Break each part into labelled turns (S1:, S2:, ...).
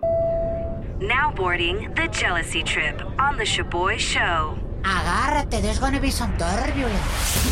S1: Now boarding the jealousy trip on the Shaboy Show.
S2: Agárrate, there's gonna be some turbulence.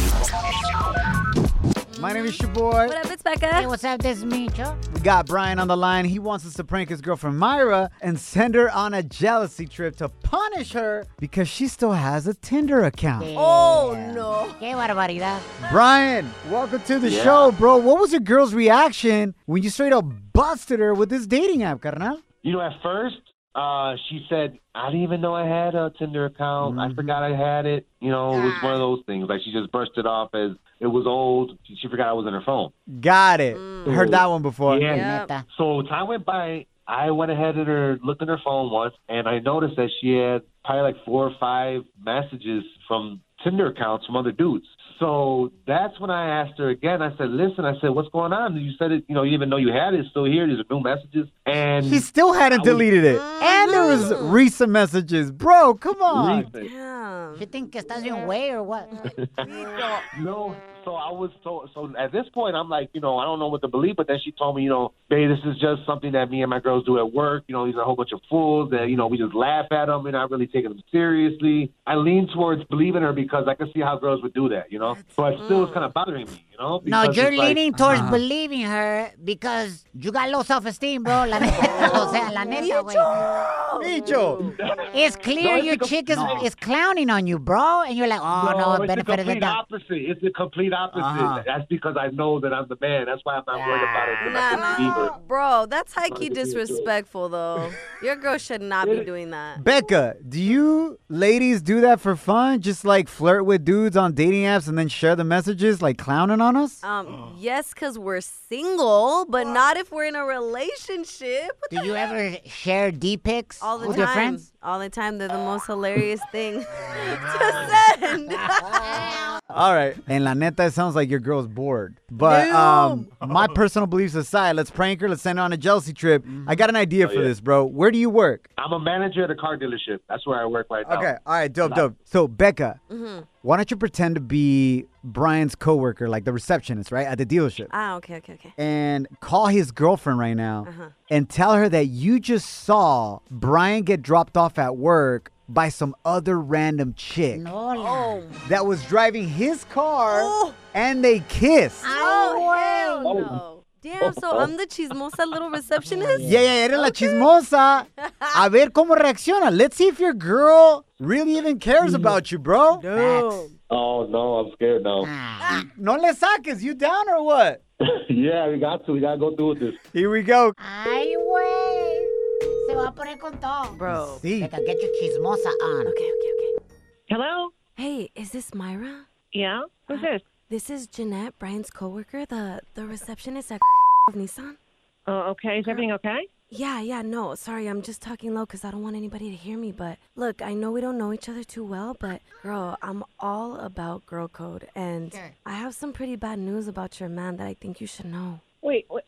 S3: My name is your boy.
S4: What up? It's
S2: Hey,
S4: Becca.
S2: what's up? This is Micho.
S3: We got Brian on the line. He wants us to prank his girlfriend Myra and send her on a jealousy trip to punish her because she still has a Tinder account.
S4: Oh, no.
S2: Qué barbaridad.
S3: Brian, welcome to the show, bro. What was your girl's reaction when you straight up busted her with this dating app, carnal?
S5: You know, at first, uh, she said, I didn't even know I had a Tinder account. I forgot I had it. You know, it was one of those things. Like, she just brushed it off as it was old. She, she forgot I was on her phone.
S3: Got it. Heard that one before.
S5: Mm. Yeah.
S4: Yep.
S2: Neta.
S5: So, time went by. I went ahead and her, looked at her phone once, and I noticed that she had probably like four or five messages from Tinder accounts from other dudes. So that's when I asked her again. I said, "Listen, I said, what's going on? You said it. You know, you even know you had it. It's still here. There's new messages." And
S3: She still hadn't
S5: I was- Mm.
S3: deleted it.
S2: Em,
S3: And there was recent messages. Bro, come on.
S5: Listen,
S4: Damn.
S2: You think estás bien way or what?
S5: No, so I was told. So at this point, I'm like, you know, I don't know what to believe. But then she told me, you know, babe, this is just something that me and my girls do at work. You know, these are a whole bunch of fools that you know we just laugh at them. We're not really taking them seriously. I lean towards believing her because I can see how girls would do that, you know. But still, it's kind of bothering me, you know.
S2: No,
S5: because
S2: you're
S5: it's like- uh-huh.
S2: leaning towards believing her because you got low self-esteem, bro. La neta, o sea, la neta, güey.
S3: Micho.
S2: It's clear
S5: No, it's
S2: your
S5: the
S2: chick is,
S5: complete-
S2: is clowning on you, bro. And you're like, oh, no,
S5: it's the
S2: benefit of the
S5: complete
S2: doubt.
S5: opposite. It's the complete opposite.
S3: Uh-huh.
S5: That's because I know that I'm the man. That's why I'm not worried about it. 'cause I
S4: Nah,
S5: can believe her.
S4: Bro, that's high key
S5: Trying to be a jerk.
S4: disrespectful, though. Your girl should not be doing that.
S3: Becca, do you ladies do that for fun? Just like flirt with dudes on dating apps and then share the messages like clowning on us?
S4: Um, yes, because we're single, but not if we're in a relationship. What
S2: Do you ever share D pics
S4: All the
S2: with
S4: time.
S2: your friends?
S4: All the time. They're the most hilarious thing to send.
S3: All right. And la neta, it sounds like your girl's bored. But um, my personal beliefs aside, let's prank her. Let's send her on a jealousy trip. I got an idea for
S5: yeah.
S3: this, bro. Where do you work?
S5: I'm a manager at a car dealership. That's where I work right now.
S3: Okay. All right. Dope, dope. So, Becca,
S2: Mm-hmm.
S3: why don't you pretend to be Brian's coworker, like the receptionist, right, at the dealership?
S4: ah, okay, okay, okay.
S3: and call his girlfriend right now
S2: Uh-huh.
S3: and tell her that you just saw Brian get dropped off at work by some other random chick
S2: No, la- Oh.
S4: Oh,
S3: that was driving his car and they kissed.
S4: oh, hell no. Damn, so I'm the chismosa little receptionist?
S3: Yeah, yeah, era la chismosa. A ver cómo reacciona. Let's see if your girl really even cares about you, bro.
S2: facts.
S5: Oh no, I'm scared now.
S2: Ah,
S3: No le saques. You down or what?
S5: yeah, we got to. We got to go through with this.
S3: Here we go.
S2: Ay, güey. Se va a poner con todo.
S4: Bro.
S3: Sí.
S2: Becca, get your chismosa on.
S4: Okay, okay, okay.
S6: Hello?
S4: Hey, is this Myra? Uh,
S6: Yeah? Who's this?
S4: This is Jeanette, Brian's coworker, the the receptionist at of Nissan.
S6: Oh, okay. Is everything okay?
S4: Yeah, yeah, no, sorry, I'm just talking low because I don't want anybody to hear me. But look, I know we don't know each other too well, but girl, I'm all about girl code, and I have some pretty bad news about your man that I think you should know.
S6: Wait, wait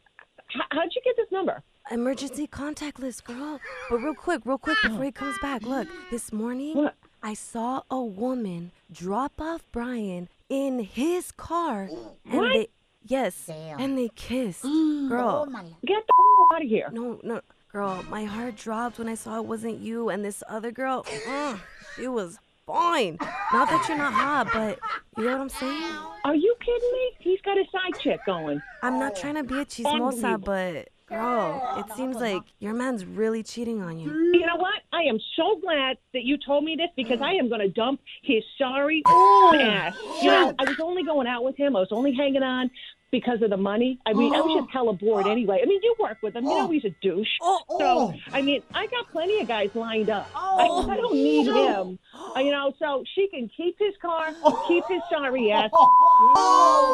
S6: how, how'd you get this number?
S4: Emergency contact list, girl. But real quick, real quick before he comes back. Look, this morning
S6: What?
S4: I saw a woman drop off Brian in his car, and
S6: What?
S4: they yes,
S2: Damn.
S4: and they kissed, girl.
S6: Get the out of here.
S4: No, no, girl, my heart dropped when I saw it wasn't you and this other girl. mm, she was fine. Not that you're not hot, but you know what I'm saying?
S6: Are you kidding me? He's got a side chick going.
S4: I'm not trying to be a chismosa, but girl, it seems like your man's really cheating on you.
S6: You know what? I am so glad that you told me this because I am going to dump his sorry ass. You know, I was only going out with him. I was only hanging on because of the money. I mean, I was just hella bored anyway. I mean, you work with him. You know he's a douche. So, I mean, I got plenty of guys lined up. I, I don't need him. Uh, You know, so she can keep his car, keep his sorry ass.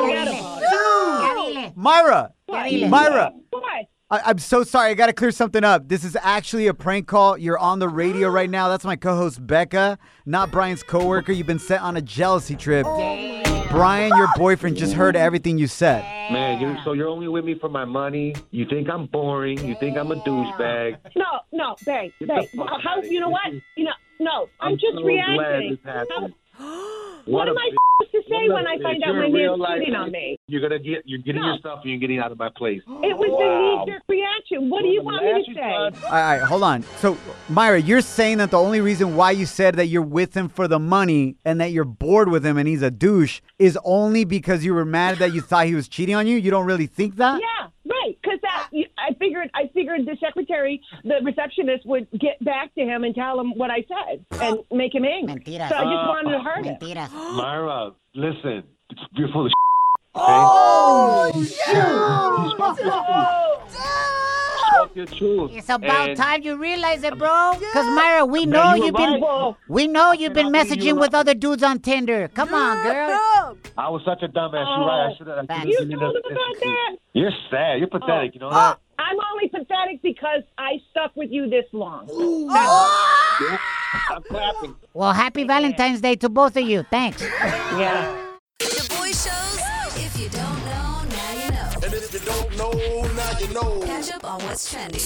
S6: Forget about it.
S2: Ya dile.
S3: Myra,
S6: But-
S2: dile.
S3: Myra,
S6: But
S3: I- I'm so sorry. I got to clear something up. This is actually a prank call. You're on the radio right now. That's my co host, Becca, not Brian's coworker. You've been sent on a jealousy trip.
S7: Oh.
S2: Oh.
S3: Brian, your boyfriend, just heard everything you said.
S5: Man, you so you're only with me for my money. You think I'm boring. You think I'm a douchebag.
S6: No, no, babe,
S5: Get
S6: babe.
S5: the fuck
S6: How,
S5: outta
S6: you know
S5: here.
S6: what? You know, no, I'm,
S5: I'm
S6: just
S5: so glad
S6: reacting.
S5: this happened.
S6: What,
S5: a
S6: am I
S5: bitch.
S6: supposed to
S5: What
S6: say
S5: a
S6: when I
S5: bitch.
S6: find out
S5: You're
S6: my
S5: a real
S6: man's
S5: life
S6: cheating on
S5: bitch.
S6: me?
S5: You're gonna get. You're getting
S6: No.
S5: your stuff, and you're getting out of my place.
S6: It was
S5: Wow.
S6: the knee-jerk reaction. What do you want me to say?
S3: All right, all right, hold on. So, Myra, you're saying that the only reason why you said that you're with him for the money and that you're bored with him and he's a douche is only because you were mad that you thought he was cheating on you? You don't really think that?
S6: Yeah, right. Because that I figured, I figured the secretary, the receptionist would get back to him and tell him what I said and make him angry.
S2: Mentiras. Oh,
S6: So I just wanted to hurt him.
S2: Mentiras.
S5: uh, Myra, listen, you're full of. Oh shit! Spoke your truth.
S2: It's about
S5: And
S2: time you realize it, bro. Because Myra, we know
S5: you
S2: you've
S5: were
S2: been
S5: right.
S6: Well,
S2: we know you've been
S5: And I think
S2: messaging
S5: you were
S2: with other dudes on Tinder. Come on, girl.
S5: I was such a dumbass. You're right. I should have.
S2: Back.
S6: you told Oh, him about that.
S5: You're sad. You're pathetic. You know
S6: Oh,
S5: that?
S6: I'm only pathetic because I stuck with you this long. Oh.
S5: I'm clapping.
S2: Well, happy Valentine's Day to both of you. Thanks.
S6: Yeah.
S8: The boy shows. If you don't know, now you know. And if you don't know, now you know. Catch up on what's trending.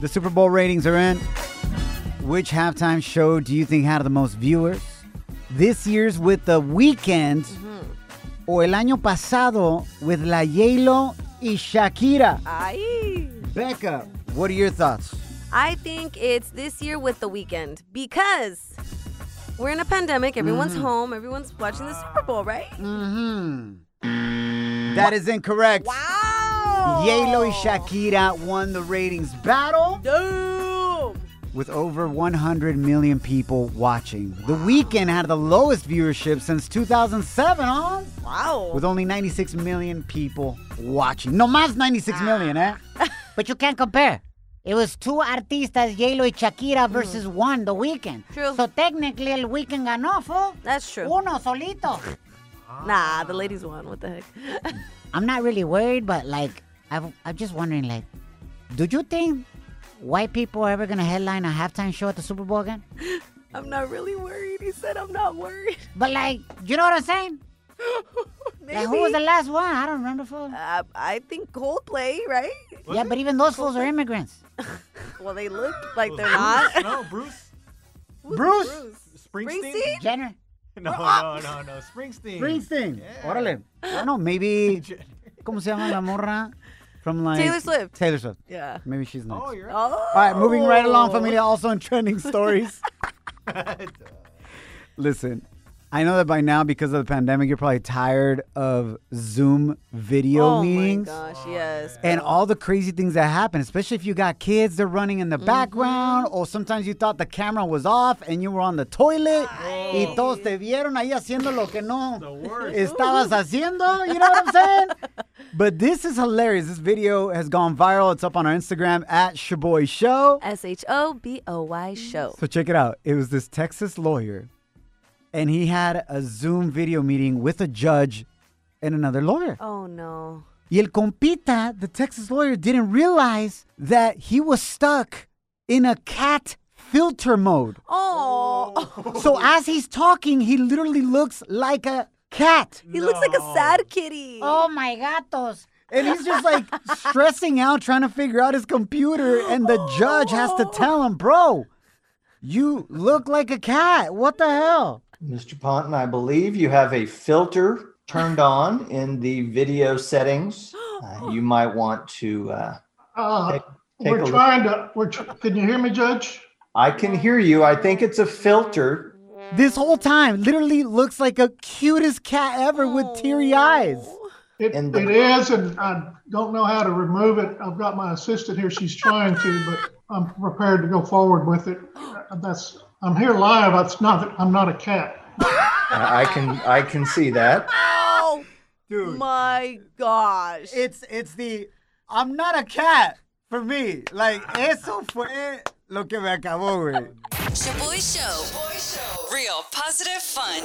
S3: The Super Bowl ratings are in. Which halftime show do you think had the most viewers? This year's with The Weeknd or El Año Pasado with La Yelo y Shakira?
S7: Ay.
S3: Becca, what are your thoughts?
S7: I think it's this year with the weekend because we're in a pandemic. Everyone's home. Everyone's watching the Super Bowl, right?
S3: That is incorrect.
S7: Wow.
S3: Yelo and Shakira won the ratings battle
S7: Damn.
S3: with over 100 million people watching. The weekend had the lowest viewership since 2007, huh?
S7: Wow.
S3: With only 96 million people watching. No más 96 million, eh?
S2: But you can't compare. It was two artistas, Yelo y Shakira, versus one, The Weeknd.
S7: Mm. True.
S2: So technically, El Weeknd ganó, fool.
S7: That's true.
S2: Uno solito.
S7: Nah, the ladies won. What the heck?
S2: I'm not really worried, but like, I've, I'm just wondering, like, do you think white people are ever gonna headline a halftime show at the Super Bowl again?
S7: I'm not really worried. He said I'm not worried.
S2: But like, you know what I'm saying? Like, who was the last one? I don't remember, fool.
S7: Uh, I think Coldplay, right?
S2: yeah, but even those fools are immigrants.
S7: Well, they look like they're not.
S9: No, Bruce.
S3: Bruce.
S9: Springsteen?
S7: Springsteen?
S2: Jenner.
S9: No, no, no, no. Springsteen.
S3: Springsteen. Órale. I don't know, maybe. ¿Cómo se llama la morra? From like.
S7: Taylor Swift.
S3: Taylor Swift.
S7: Yeah.
S3: Maybe she's not.
S9: Oh, you're right.
S7: Oh.
S3: All right, moving right along, familia. Also in trending stories. Listen, I know that by now, because of the pandemic, you're probably tired of Zoom video
S7: Oh
S3: meetings
S7: my gosh, yes.
S3: and all the crazy things that happen. Especially if you got kids, they're running in the
S7: Mm-hmm.
S3: background, or sometimes you thought the camera was off and you were on the toilet, y todos te vieron ahí haciendo lo que no estabas haciendo. You know what I'm saying? but this is hilarious. This video has gone viral. It's up on our Instagram at Shaboy Show.
S7: S H O B O Y show.
S3: So check it out. It was this Texas lawyer, and he had a Zoom video meeting with a judge and another lawyer.
S7: Oh no.
S3: Y el compita, the Texas lawyer, didn't realize that he was stuck in a cat filter mode.
S7: Oh,
S3: So as he's talking, he literally looks like a cat.
S7: he looks like a sad kitty.
S2: Oh my gatos.
S3: And he's just like stressing out trying to figure out his computer, and the judge has to tell him, bro, you look like a cat. What the hell?
S10: Mr. Ponton, I believe you have a filter turned on in the video settings. Uh, you might want to. Uh,
S11: Uh,
S10: take a
S11: We're
S10: look.
S11: trying to, we're, tr- can you hear me, Judge?
S10: I can hear you. I think it's a filter.
S3: This whole time, literally looks like a cutest cat ever with teary eyes.
S11: It,
S10: In the-
S11: it is, and I don't know how to remove it. I've got my assistant here. She's trying to, but I'm prepared to go forward with it. Uh, That's, I'm here live. That's not, that- I'm not a cat.
S10: I I can. I can see that.
S7: Oh
S3: Dude,
S7: my gosh.
S3: it's it's the I'm not a cat for me. Like eso fue lo que me acabó, güey.
S8: Shaboy Show.
S12: Real positive fun.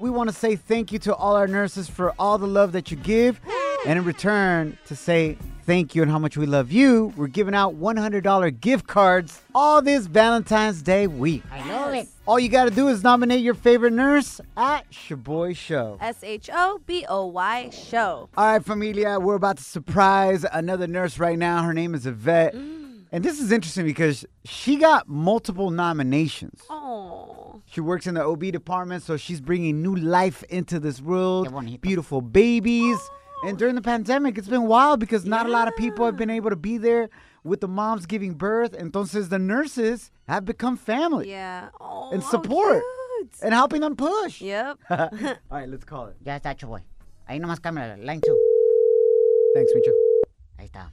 S3: We want to say thank you to all our nurses for all the love that you give. And in return, to say thank you and how much we love you, we're giving out $100 gift cards all this Valentine's Day week.
S2: I love it.
S3: All you got to do is nominate your favorite nurse at Shaboy Show.
S4: S H O B O Y show.
S3: All right, familia, we're about to surprise another nurse right now. Her name is Yvette.
S4: Mm.
S3: And this is interesting because she got multiple nominations.
S4: Oh.
S3: She works in the OB department, so she's bringing new life into this world. Beautiful babies. And during the pandemic, it's been wild because not a lot of people have been able to be there with the moms giving birth. Entonces, the nurses have become family
S4: Yeah. Oh,
S3: and
S4: how
S3: support
S4: cute.
S3: and helping them push.
S4: Yep.
S3: All right, let's call it.
S2: Ya está, Chuboy. Ahí nomás cámara, line two.
S3: Thanks, Micho.
S2: Ahí está.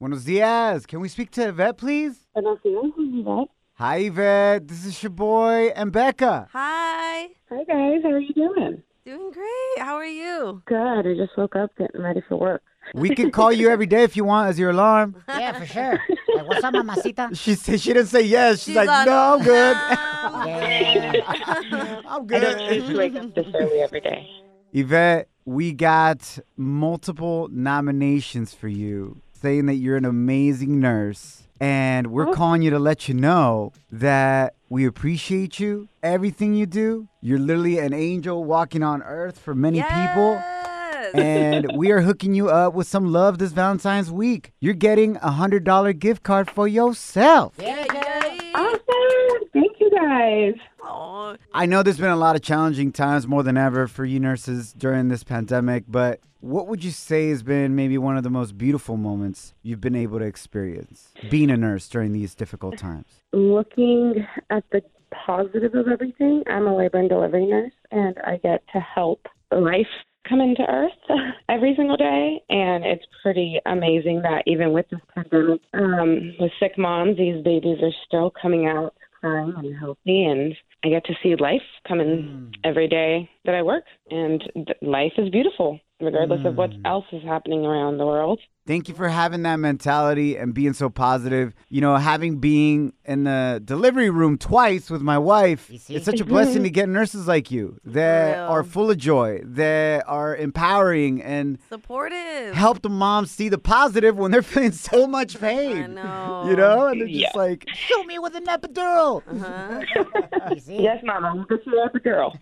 S3: Buenos dias. Can we speak to Yvette, please?
S13: Buenos dias, Yvette.
S3: Hi, Yvette. This is your boy and Becca.
S4: Hi.
S13: Hi guys, how are you doing?
S4: Doing great. How are you?
S13: Good. I just woke up getting ready for work.
S3: We can call you every day if you want as your alarm.
S2: Yeah, for sure. Like, what's up, mamacita?
S3: She said she didn't say yes. She's,
S2: She's
S3: like,
S2: on-
S3: no, I'm good.
S13: I'm good. I don't choose to wake up this early every day.
S3: Yvette, we got multiple nominations for you, saying that you're an amazing nurse. And we're calling you to let you know that we appreciate you, everything you do. You're literally an angel walking on earth for many people. And we are hooking you up with some love this Valentine's week. You're getting a $100 gift card for yourself.
S13: Awesome. Thank you guys.
S3: I know there's been a lot of challenging times more than ever for you nurses during this pandemic, but what would you say has been maybe one of the most beautiful moments you've been able to experience being a nurse during these difficult times?
S13: Looking at the positive of everything, I'm a labor and delivery nurse, and I get to help life come into earth every single day. And it's pretty amazing that even with this pandemic, um, with sick moms, these babies are still coming out crying and healthy and I get to see life come in every day that I work and th- life is beautiful regardless of what else is happening around the world.
S3: Thank you for having that mentality and being so positive. You know, having being in the delivery room twice with my wife, it's such a blessing to get nurses like you that are full of joy, that are empowering and
S4: Supportive.
S3: help the moms see the positive when they're feeling so much pain. You know, and they're just
S13: Yeah.
S3: like, show me with an epidural.
S13: Uh-huh. Yes, mama, we'll get you that girl.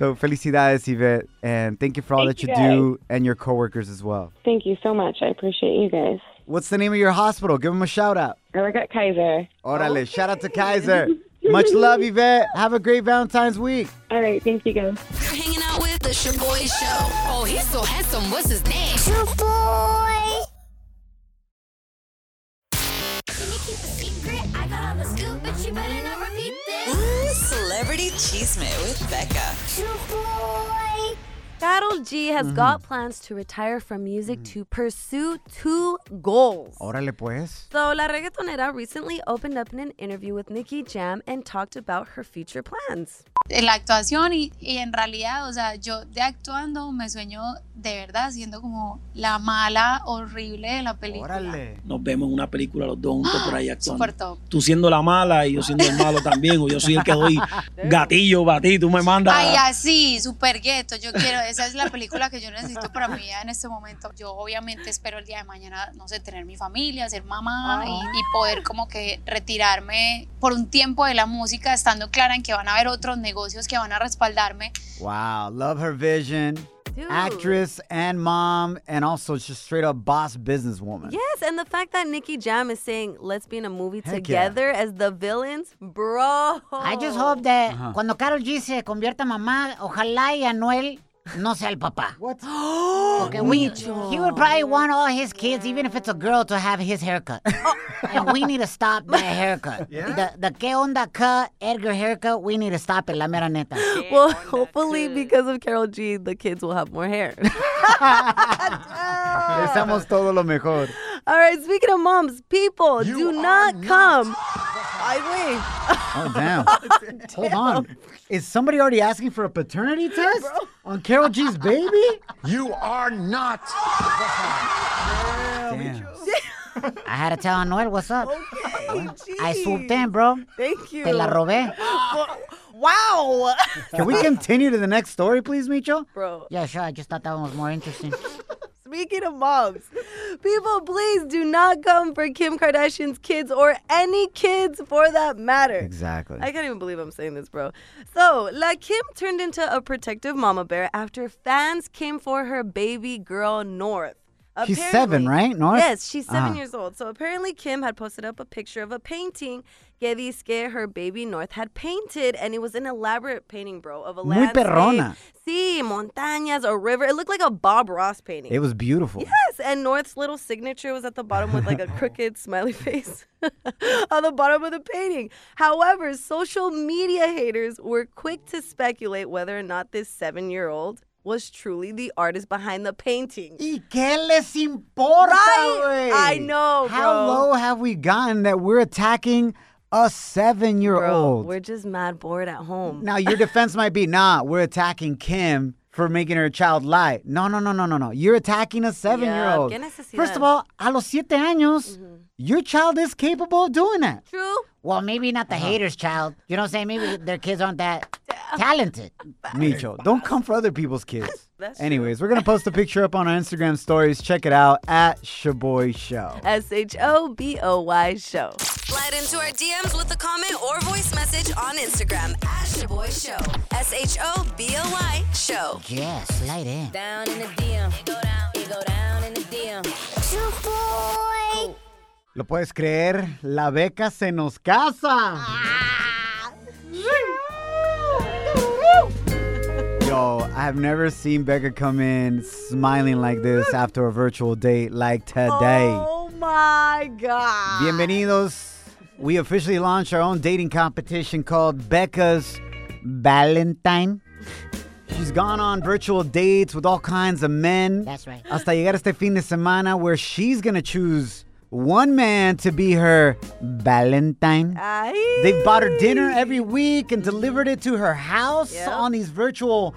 S3: so felicidades, Yvette, and thank you for all
S13: Thank
S3: that
S13: you,
S3: you, do and your coworkers as well.
S13: Thank you so much. I appreciate you guys.
S3: What's the name of your hospital? Give them a shout out.
S13: I work at Kaiser.
S3: Orale, shout out to Kaiser. Much love, Yvette. Have a great Valentine's week.
S13: All right, thank you guys.
S8: You're hanging out with the Shaboy Show. Oh, he's so handsome. What's his name? Shaboy. Can you keep a secret? I got all the scoop, but you better not repeat this.
S12: Celebrity Cheesemate with Becca.
S8: Shaboy.
S4: Carol G has
S3: Mm-hmm.
S4: got plans to retire from music to pursue two goals.
S3: Orale, pues.
S4: So, La Reggaetonera recently opened up in an interview with Nicky Jam and talked about her future plans.
S1: en la actuación y, y en realidad, o sea, yo de actuando me sueño de verdad siendo como la mala horrible de la película.
S14: Nos vemos en una película los dos juntos por ahí actuando.
S1: Super top.
S14: Tú siendo la mala y yo siendo el malo también, o yo soy el que doy gatillo para ti, tú me mandas.
S1: Ay, así, super gueto. Yo quiero, esa es la película que yo necesito para mi vida en este momento. Yo obviamente espero el día de mañana, no sé, tener mi familia, ser mamá y, y poder como que retirarme por un tiempo de la música, estando clara en que van a haber otros negocios que van a respaldarme.
S3: Wow, love her vision. Actress and mom, and also just straight up boss businesswoman.
S4: Yes, and the fact that Nicky Jam is saying, let's be in a movie
S3: Heck yeah.
S4: together as the villains, bro.
S2: I just hope that
S3: Ajá.
S4: Uh-huh.
S2: cuando Carol G se convierta en mamá, ojalá y Anuel no sea el papá.
S3: What?
S2: Okay, we, he would probably want all his kids, even if it's a girl, to have his haircut.
S4: Oh.
S2: and we need to stop that haircut. The, the que onda cut, Edgar haircut, we need to stop it, la mera neta.
S4: Well, hopefully, because of Carol G, the kids will have more hair.
S3: Deseamos todo lo mejor.
S4: All right, speaking of moms, people, do not come. I wait.
S3: Oh, damn. Hold on. Is somebody already asking for a paternity test on Carol G's baby? You are not.
S2: Damn. I had to tell Anuel, what's up? I swooped in, bro.
S4: Oh, Thank you.
S2: Te la robé.
S4: Well,
S15: Wow.
S3: Can we continue to the next story, please, Micho?
S4: Bro.
S2: Yeah, sure. I just thought that one was more interesting.
S4: Speaking of moms, people, please do not come for Kim Kardashian's kids or any kids for that matter.
S3: Exactly.
S4: I can't even believe I'm saying this, bro. So, La Kim turned into a protective mama bear after fans came for her baby girl, North.
S3: She's seven, right? North?
S4: Yes, she's 7
S3: Ah.
S4: years old. So apparently, Kim had posted up a picture of a painting que dizque her baby North had painted, and it was an elaborate painting, bro, of a
S3: Muy
S4: landscape.
S3: perrona.
S4: Sí, montañas, a river. It looked like a Bob Ross painting.
S3: It was beautiful.
S4: Yes, and North's little signature was at the bottom with like a crooked smiley face on the bottom of the painting. However, social media haters were quick to speculate whether or not this seven year old was truly the artist behind the painting.
S2: ¿Y qué les importa,
S4: Right? I know, bro.
S3: How low have we gotten that we're attacking a seven year old?
S4: We're just mad bored at home.
S3: Now, your defense might be, nah, we're attacking Kim for making her child lie. No, no, no, no, no, no. You're attacking a seven year old.
S4: qué necesidad. Mm-hmm.
S3: First of all, a los siete años, your child is capable of doing that. Uh-huh.
S4: True.
S2: Well, maybe not the haters' child. You know what I'm saying? Maybe their kids aren't that talented.
S3: Micho, don't come for other people's kids. Anyways, we're going to post a picture up on our Instagram stories. Check it out at Shaboy Show.
S4: S H O B O Y show.
S8: Slide into our DMs with a comment or voice message on Instagram at Shaboy Show. S H O B O Y Show.
S2: Yeah, slide in.
S8: Down in the DM. It go down. It go down in the DM. Shaboy.
S3: ¿Lo puedes creer? La beca se nos casa. Yo, I have never seen Becca come in smiling like this after a virtual date like today.
S4: Oh my God.
S3: Bienvenidos. We officially launched our own dating competition called Becca's Valentine. She's gone on virtual dates with all kinds of men.
S2: That's right.
S3: Hasta llegar este fin de semana where she's going to choose one man to be her Valentine.
S4: Ay.
S3: They bought her dinner every week and delivered it to her house on these virtual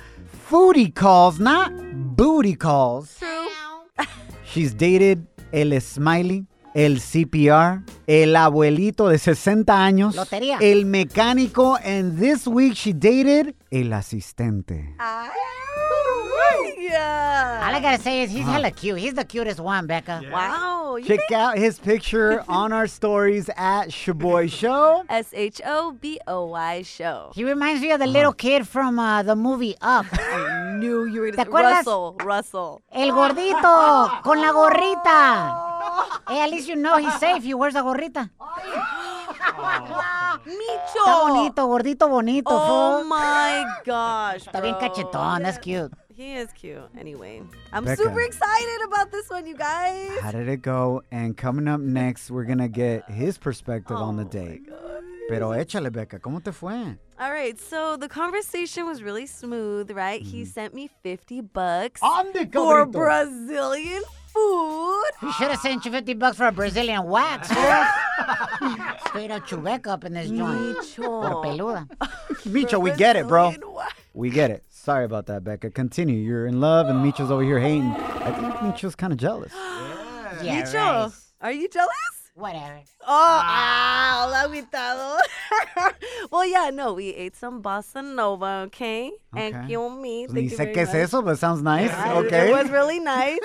S3: foodie calls, not booty calls.
S4: True.
S3: She's dated El Smiley, El CPR, El Abuelito de 60 años,
S2: Lotería.
S3: El Mecánico, and this week she dated El Asistente.
S4: Yeah.
S2: All I gotta say is he's
S4: Uh-huh.
S3: Huh.
S2: hella cute. He's the cutest one, Becca.
S4: Wow.
S3: Check out his picture on our stories at Shaboy Show.
S4: S H O B O Y show.
S2: He reminds me of the little kid from uh, the movie Up.
S4: Uh-huh. I knew you were
S2: ¿Te acuerdas?
S4: Russell, Russell.
S2: El gordito con la gorrita. Hey, at least you know he's safe. He wears la gorrita.
S4: Micho.
S2: Está bonito, gordito, bonito.
S4: Oh
S2: fool.
S4: my gosh.
S2: Está bien
S4: bro.
S2: cachetón. That's cute.
S4: He is cute. Anyway, I'm
S3: Becca.
S4: super excited about this one, you guys.
S3: How did it go? And coming up next, we're gonna get his perspective
S4: Oh
S3: on the date. Pero échale, Becca, ¿cómo te fue?
S4: All right, so the conversation was really smooth, right? He sent me 50 bucks
S3: Ande,
S4: for
S2: cabrito.
S4: Brazilian food.
S2: He should have sent you 50 bucks for a Brazilian wax, fool. Straight up Chubeca up in this joint. Por peluda.
S3: Micho, we get it, bro. We get it. Sorry about that, Becca. Continue. You're in love, and Micho's over here hating. I think Micho's kind of jealous.
S2: Yeah,
S4: Micho,
S2: right.
S4: are you jealous?
S2: Whatever.
S4: Oh, ah, la mitad. well, yeah, no, we ate some bossa nova, okay?
S3: Okay.
S4: And you me.
S3: Pues Ni
S4: Thank you
S3: sé
S4: very
S3: qué es
S4: much.
S3: eso, but it sounds nice.
S4: I-
S3: Okay.
S4: It was really nice.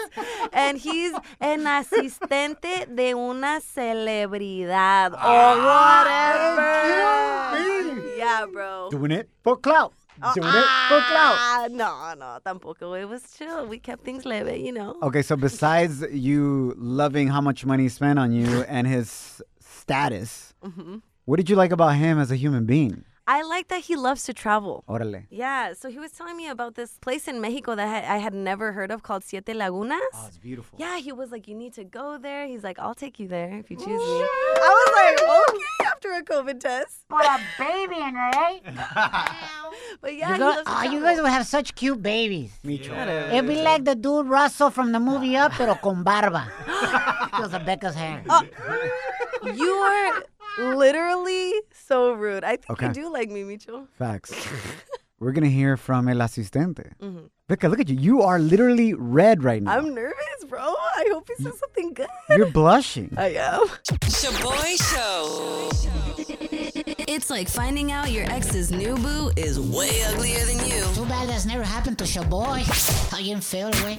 S4: and he's an asistente de una celebridad or whatever. Yeah, bro.
S3: Doing it for clout.
S4: Oh,
S3: Doing it for clout.
S4: ah, No, no, tampoco. It was chill. We kept things leve, you know.
S3: Okay, so besides you loving how much money he spent on you and his status,
S4: Mhm.
S3: what did you like about him as a human being?
S4: I like that he loves to travel.
S3: Órale.
S4: Yeah, so he was telling me about this place in Mexico that I I had never heard of called Siete Lagunas.
S3: It's beautiful.
S4: Yeah, he was like, you need to go there. He's like, I'll take you there if you choose me. I was like, okay, after a COVID test.
S2: Put a baby in her, right?
S4: But yeah,
S2: you,
S4: he
S2: go-
S4: loves to
S2: oh, you
S4: travel.
S2: guys will have such cute babies.
S3: Micho.
S2: It'd be like the dude Russell from the movie Up, pero con barba. Because of Becca's hair.
S4: you are literally so rude. I think
S3: Okay.
S4: you do like me, Micho.
S3: Facts. We're going to hear from El Asistente.
S4: Mhm.
S3: Becca, look at you. You are literally red right now.
S4: I'm nervous, bro. I hope he says something good.
S3: You're blushing.
S4: I am.
S12: Shaboy Show.
S8: It's like finding out your ex's new boo is way uglier than you.
S2: Too bad that's never happened to your boy. How you feel, güey?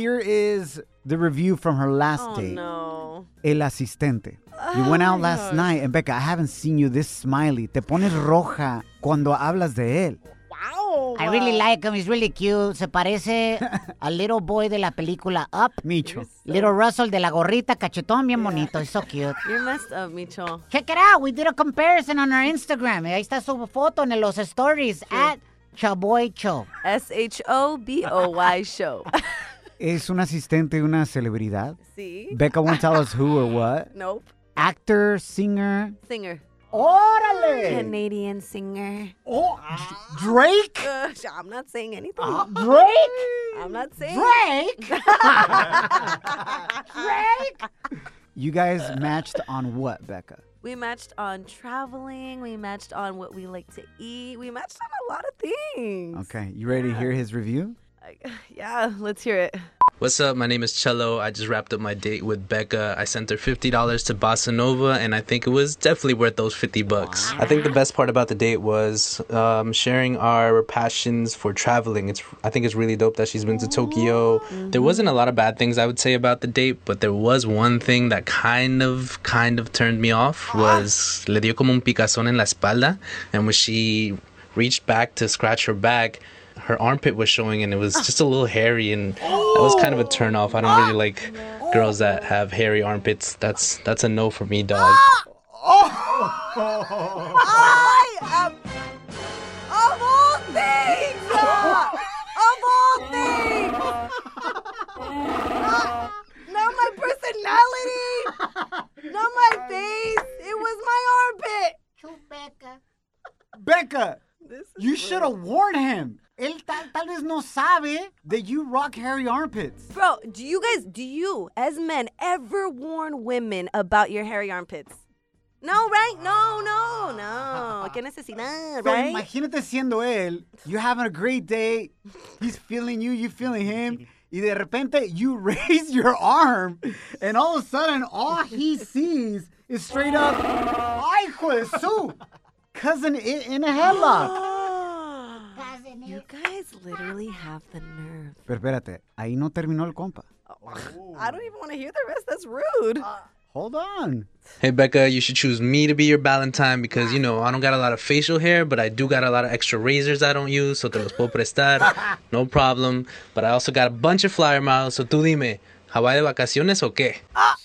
S3: Here is the review from her last
S4: Oh,
S3: date.
S4: no. Oh,
S3: El asistente. you went out last night, and Becca, I haven't seen you this smiley. Te pones roja cuando hablas de él.
S2: I really like him. He's really cute. Se parece a little boy de la película Up.
S3: Micho.
S2: Little Russell de la gorrita, cachetón, bien bonito. He's so cute.
S4: You're messed up, Micho.
S2: Check it out. We did a comparison on our Instagram. Ahí está su foto en los stories at Chaboycho.
S4: S H O B O Y show.
S3: ¿Es un asistente de una celebridad?
S4: Sí.
S3: Becca won't tell us who or what.
S4: Nope.
S3: Actor, singer.
S4: Singer.
S3: ¡Órale!
S4: Canadian singer.
S3: Oh, Drake?
S4: Uh, I'm not saying anything.
S3: Drake?
S4: I'm not saying.
S2: Drake?
S3: You guys matched on what, Becca?
S4: we matched on traveling. We matched on what we like to eat. We matched on a lot of things.
S3: Okay, you ready to hear his review?
S4: Yeah, let's hear it.
S15: What's up? My name is Cello. I just wrapped up my date with Becca. I sent her $50 to Bossa Nova, and I think it was definitely worth those 50 bucks. I think the best part about the date was um, sharing our passions for traveling. It's I think it's really dope that she's been to Tokyo. There wasn't a lot of bad things I would say about the date, but there was one thing that kind of kind of turned me off was le dio como un picazón en la espalda, and when she reached back to scratch her back, her armpit was showing and it was just a little hairy and that was kind of a turn off. I don't really like girls that have hairy armpits. That's that's a no for me, dog.
S4: I am of all things. uh, of all things. Not, not my personality. Not my face. It was my armpit.
S2: Chupeca.
S3: Becca, you should have warned him. Él tal, tal vez no sabe that you rock hairy armpits.
S4: Bro, do you guys, do you, as men, ever warn women about your hairy armpits? No, right? No, no, no. Que necesidad,
S3: So
S4: right?
S3: imagínate siendo él, you having a great day, he's feeling you, you feeling him, y de repente you raise your arm, and all of a sudden all he sees is straight up, ¡Ay, hijo de su! Cousin in, in a headlock.
S4: you guys literally have the nerve.
S3: Pero espérate, ahí no terminó el compa.
S4: I don't even want to hear the rest. That's rude.
S3: Hold on.
S15: Hey Becca, you should choose me to be your Valentine because you know I don't got a lot of facial hair, but I do got a lot of extra razors I don't use, so te los puedo prestar, no problem. But I also got a bunch of flyer miles, so tú dime, Hawaii de vacaciones o qué?
S3: Ah,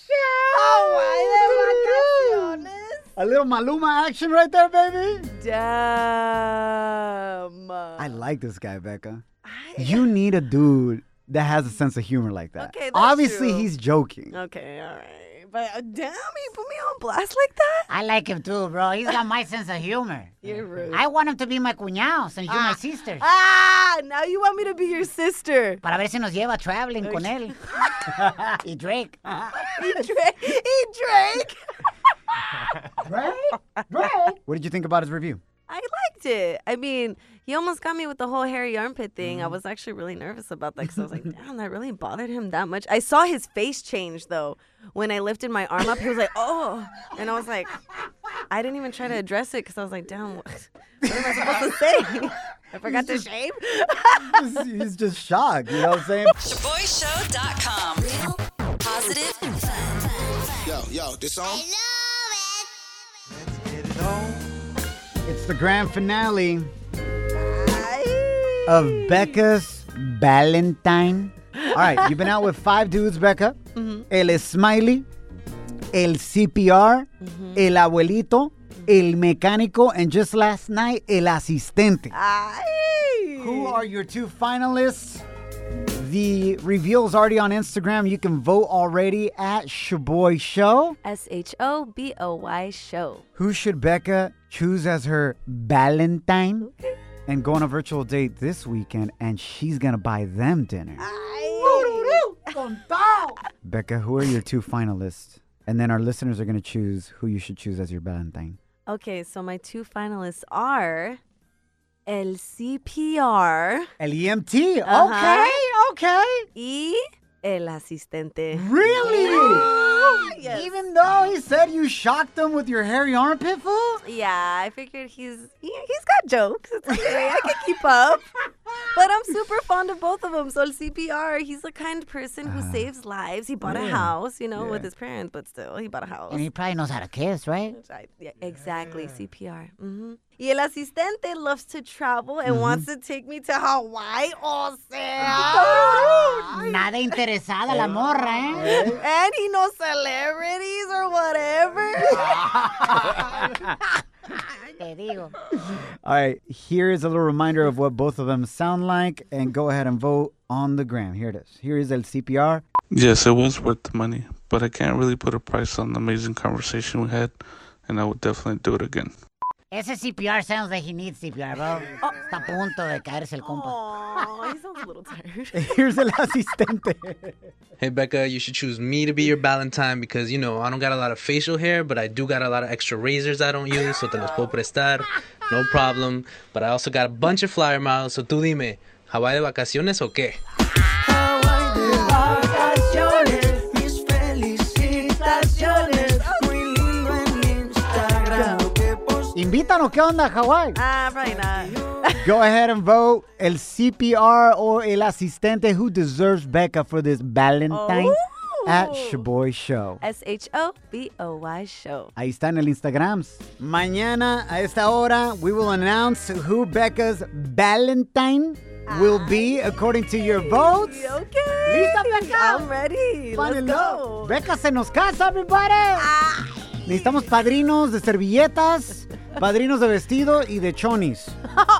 S3: A little Maluma action right there, baby.
S4: Damn.
S3: I like this guy, Becca. You need a dude that has a sense of humor like that.
S4: Okay, that's
S3: Obviously,
S4: true.
S3: he's joking.
S4: Okay, all right. But uh, damn, you put me on blast like that?
S2: I like him too, bro. He's got my sense of humor.
S4: You're rude.
S2: I want him to be my cuñado since you're my sister.
S4: ah, now you want me to be your sister.
S2: Para ver si nos lleva traveling con él. y Drake.
S4: Eat Drake. Eat Drake.
S3: What did you think about his review?
S4: I liked it. I mean, he almost got me with the whole hairy armpit thing. I was actually really nervous about that because I was like, damn, that really bothered him that much. I saw his face change though when I lifted my arm up. He was like, oh, and I was like, I didn't even try to address it because I was like, damn, what, what am I supposed to say? I forgot to shave.
S3: He's- he's just shocked. You know what I'm saying?
S8: ShaboyShow.com. Real, positive, fun.
S16: Yo, yo, this song?
S3: It's the grand finale of Becca's Valentine. All right, you've been out with five dudes, Becca. El Smiley, El CPR, El Abuelito, El Mecánico, and just last night, El Asistente. Who are your two finalists? The reveal's already on Instagram. You can vote already at Shaboy Show.
S4: S H O B O Y show.
S3: Who should Becca choose as her Valentine and go on a virtual date this weekend and she's gonna buy them dinner? Becca, who are your two finalists? And then our listeners are gonna choose who you should choose as your Valentine.
S4: Okay, so my two finalists are El CPR.
S3: El EMT.
S4: Uh-huh.
S3: Okay, okay.
S4: y el asistente.
S3: Really? Even though he said you shocked him with your hairy armpit, fool?
S4: Yeah, I figured he's he, he's got jokes. It's okay. I can keep up. But I'm super fond of both of them. So CPR, he's a kind person who saves lives. He bought a
S17: Uh-huh. yeah.
S4: house, you know, with his parents, but still, he bought a house.
S17: And he probably knows how to kiss, right?
S4: Right. Yeah, exactly. CPR. hmm Y el asistente loves to travel and
S17: Mm-hmm.
S4: wants to take me to Hawaii. oh, O sea,
S17: Nada interesada la morra, ¿eh?
S4: and he knows celebrities or whatever.
S17: Te digo.
S3: All right, here is a little reminder of what both of them sound like, and go ahead and vote on the gram. Here it is. Here is El CPR.
S5: Yes, it was worth the money, but I can't really put a price on the amazing conversation we had, and I would definitely do it again.
S17: Ese CPR sounds like he needs CPR, bro. Está a punto de caerse el compa.
S4: Aw, he sounds a little tired.
S3: Here's el asistente.
S18: Hey, Becca, you should choose me to be your Valentine because, you know, I don't got a lot of facial hair, but I do got a lot of extra razors I don't use, so te los puedo prestar. No problem. But I also got a bunch of flyer miles, so tú dime, ¿Hawaii de vacaciones o qué?
S3: Invítanos, ¿qué onda, Hawaii?
S4: Ah, probably not.
S3: Go ahead and vote El CPR or El Asistente who deserves Becca for this Valentine at Shaboy Show.
S4: S H O B O Y show.
S3: Ahí está en el Instagram. Mañana a esta hora, we will announce who Becca's Valentine will be according to your votes.
S4: Okay.
S3: Lista, Becca?
S4: I'm ready.
S3: Fun
S4: Let's
S3: and
S4: go. Ah.
S3: love. Becca se nos casa, everybody. Necesitamos padrinos de servilletas, padrinos de vestido y de chonis.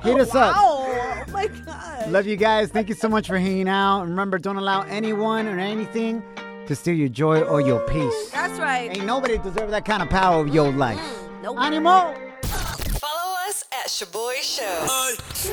S3: Hit us up.
S4: Oh, my God.
S3: Love you guys. Thank you so much for hanging out. And remember, don't allow anyone or anything to steal your joy or your peace.
S4: That's Mm, right.
S3: Ain't nobody deserve that kind of power of your life.
S4: Nope.
S3: Animo!
S19: Follow us at Shaboy Show.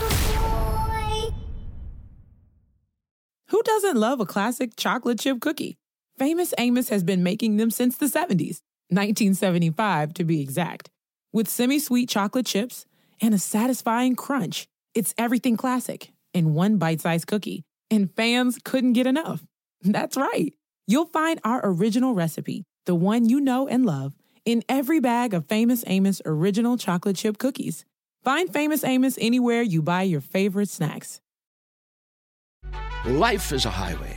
S2: Who doesn't love a classic chocolate chip cookie? Famous Amos has been making them since the 70s, 1975 to be exact. With semi sweet chocolate chips and a satisfying crunch, it's everything classic in one bite sized cookie, and fans couldn't get enough. That's right. You'll find our original recipe, the one you know and love, in every bag of Famous Amos original chocolate chip cookies. Find Famous Amos anywhere you buy your favorite snacks.
S20: Life is a highway,